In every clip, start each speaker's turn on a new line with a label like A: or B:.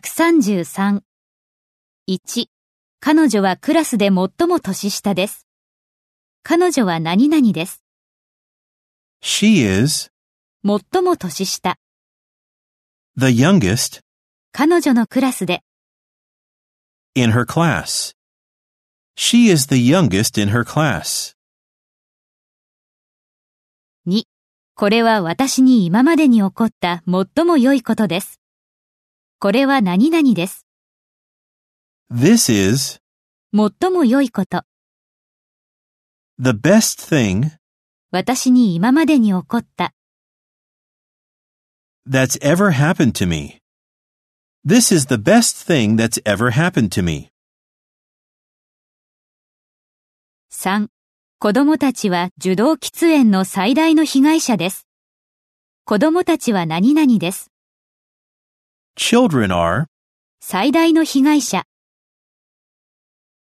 A: 133。1. 彼女はクラスで最も年下です。彼女は何々です。
B: She is
A: 最も年下。
B: the youngest
A: 彼女のクラスで。
B: in her class. She is the youngest in her class.
A: 2. これは私に今までに起こった最も良いことです。これは何々です。
B: This is
A: 最も良いこと。
B: the best thing
A: 私に今までに起こった。
B: that's ever happened to me. This is the best thing that's ever happened to me.
A: 3. 子供たちは受動喫煙の最大の被害者です。子供たちは何々です。
B: Children are
A: 最大の被害者、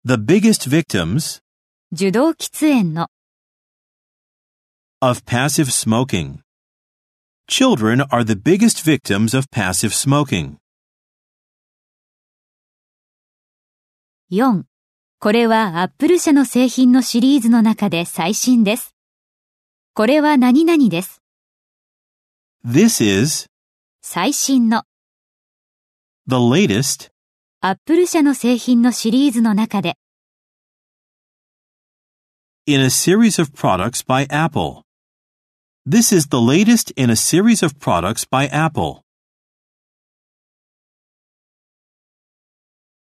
B: the biggest victims
A: 受動喫煙の
B: of passive smoking. Children are the biggest victims of passive smoking.
A: 4。これはアップル社の製品のシリーズの中で最新です。これは何々です。
B: This is
A: 最新の
B: the latest
A: アップル社の製品のシリーズの中で
B: in a series of products by Apple. This is the latest in a series of products by Apple.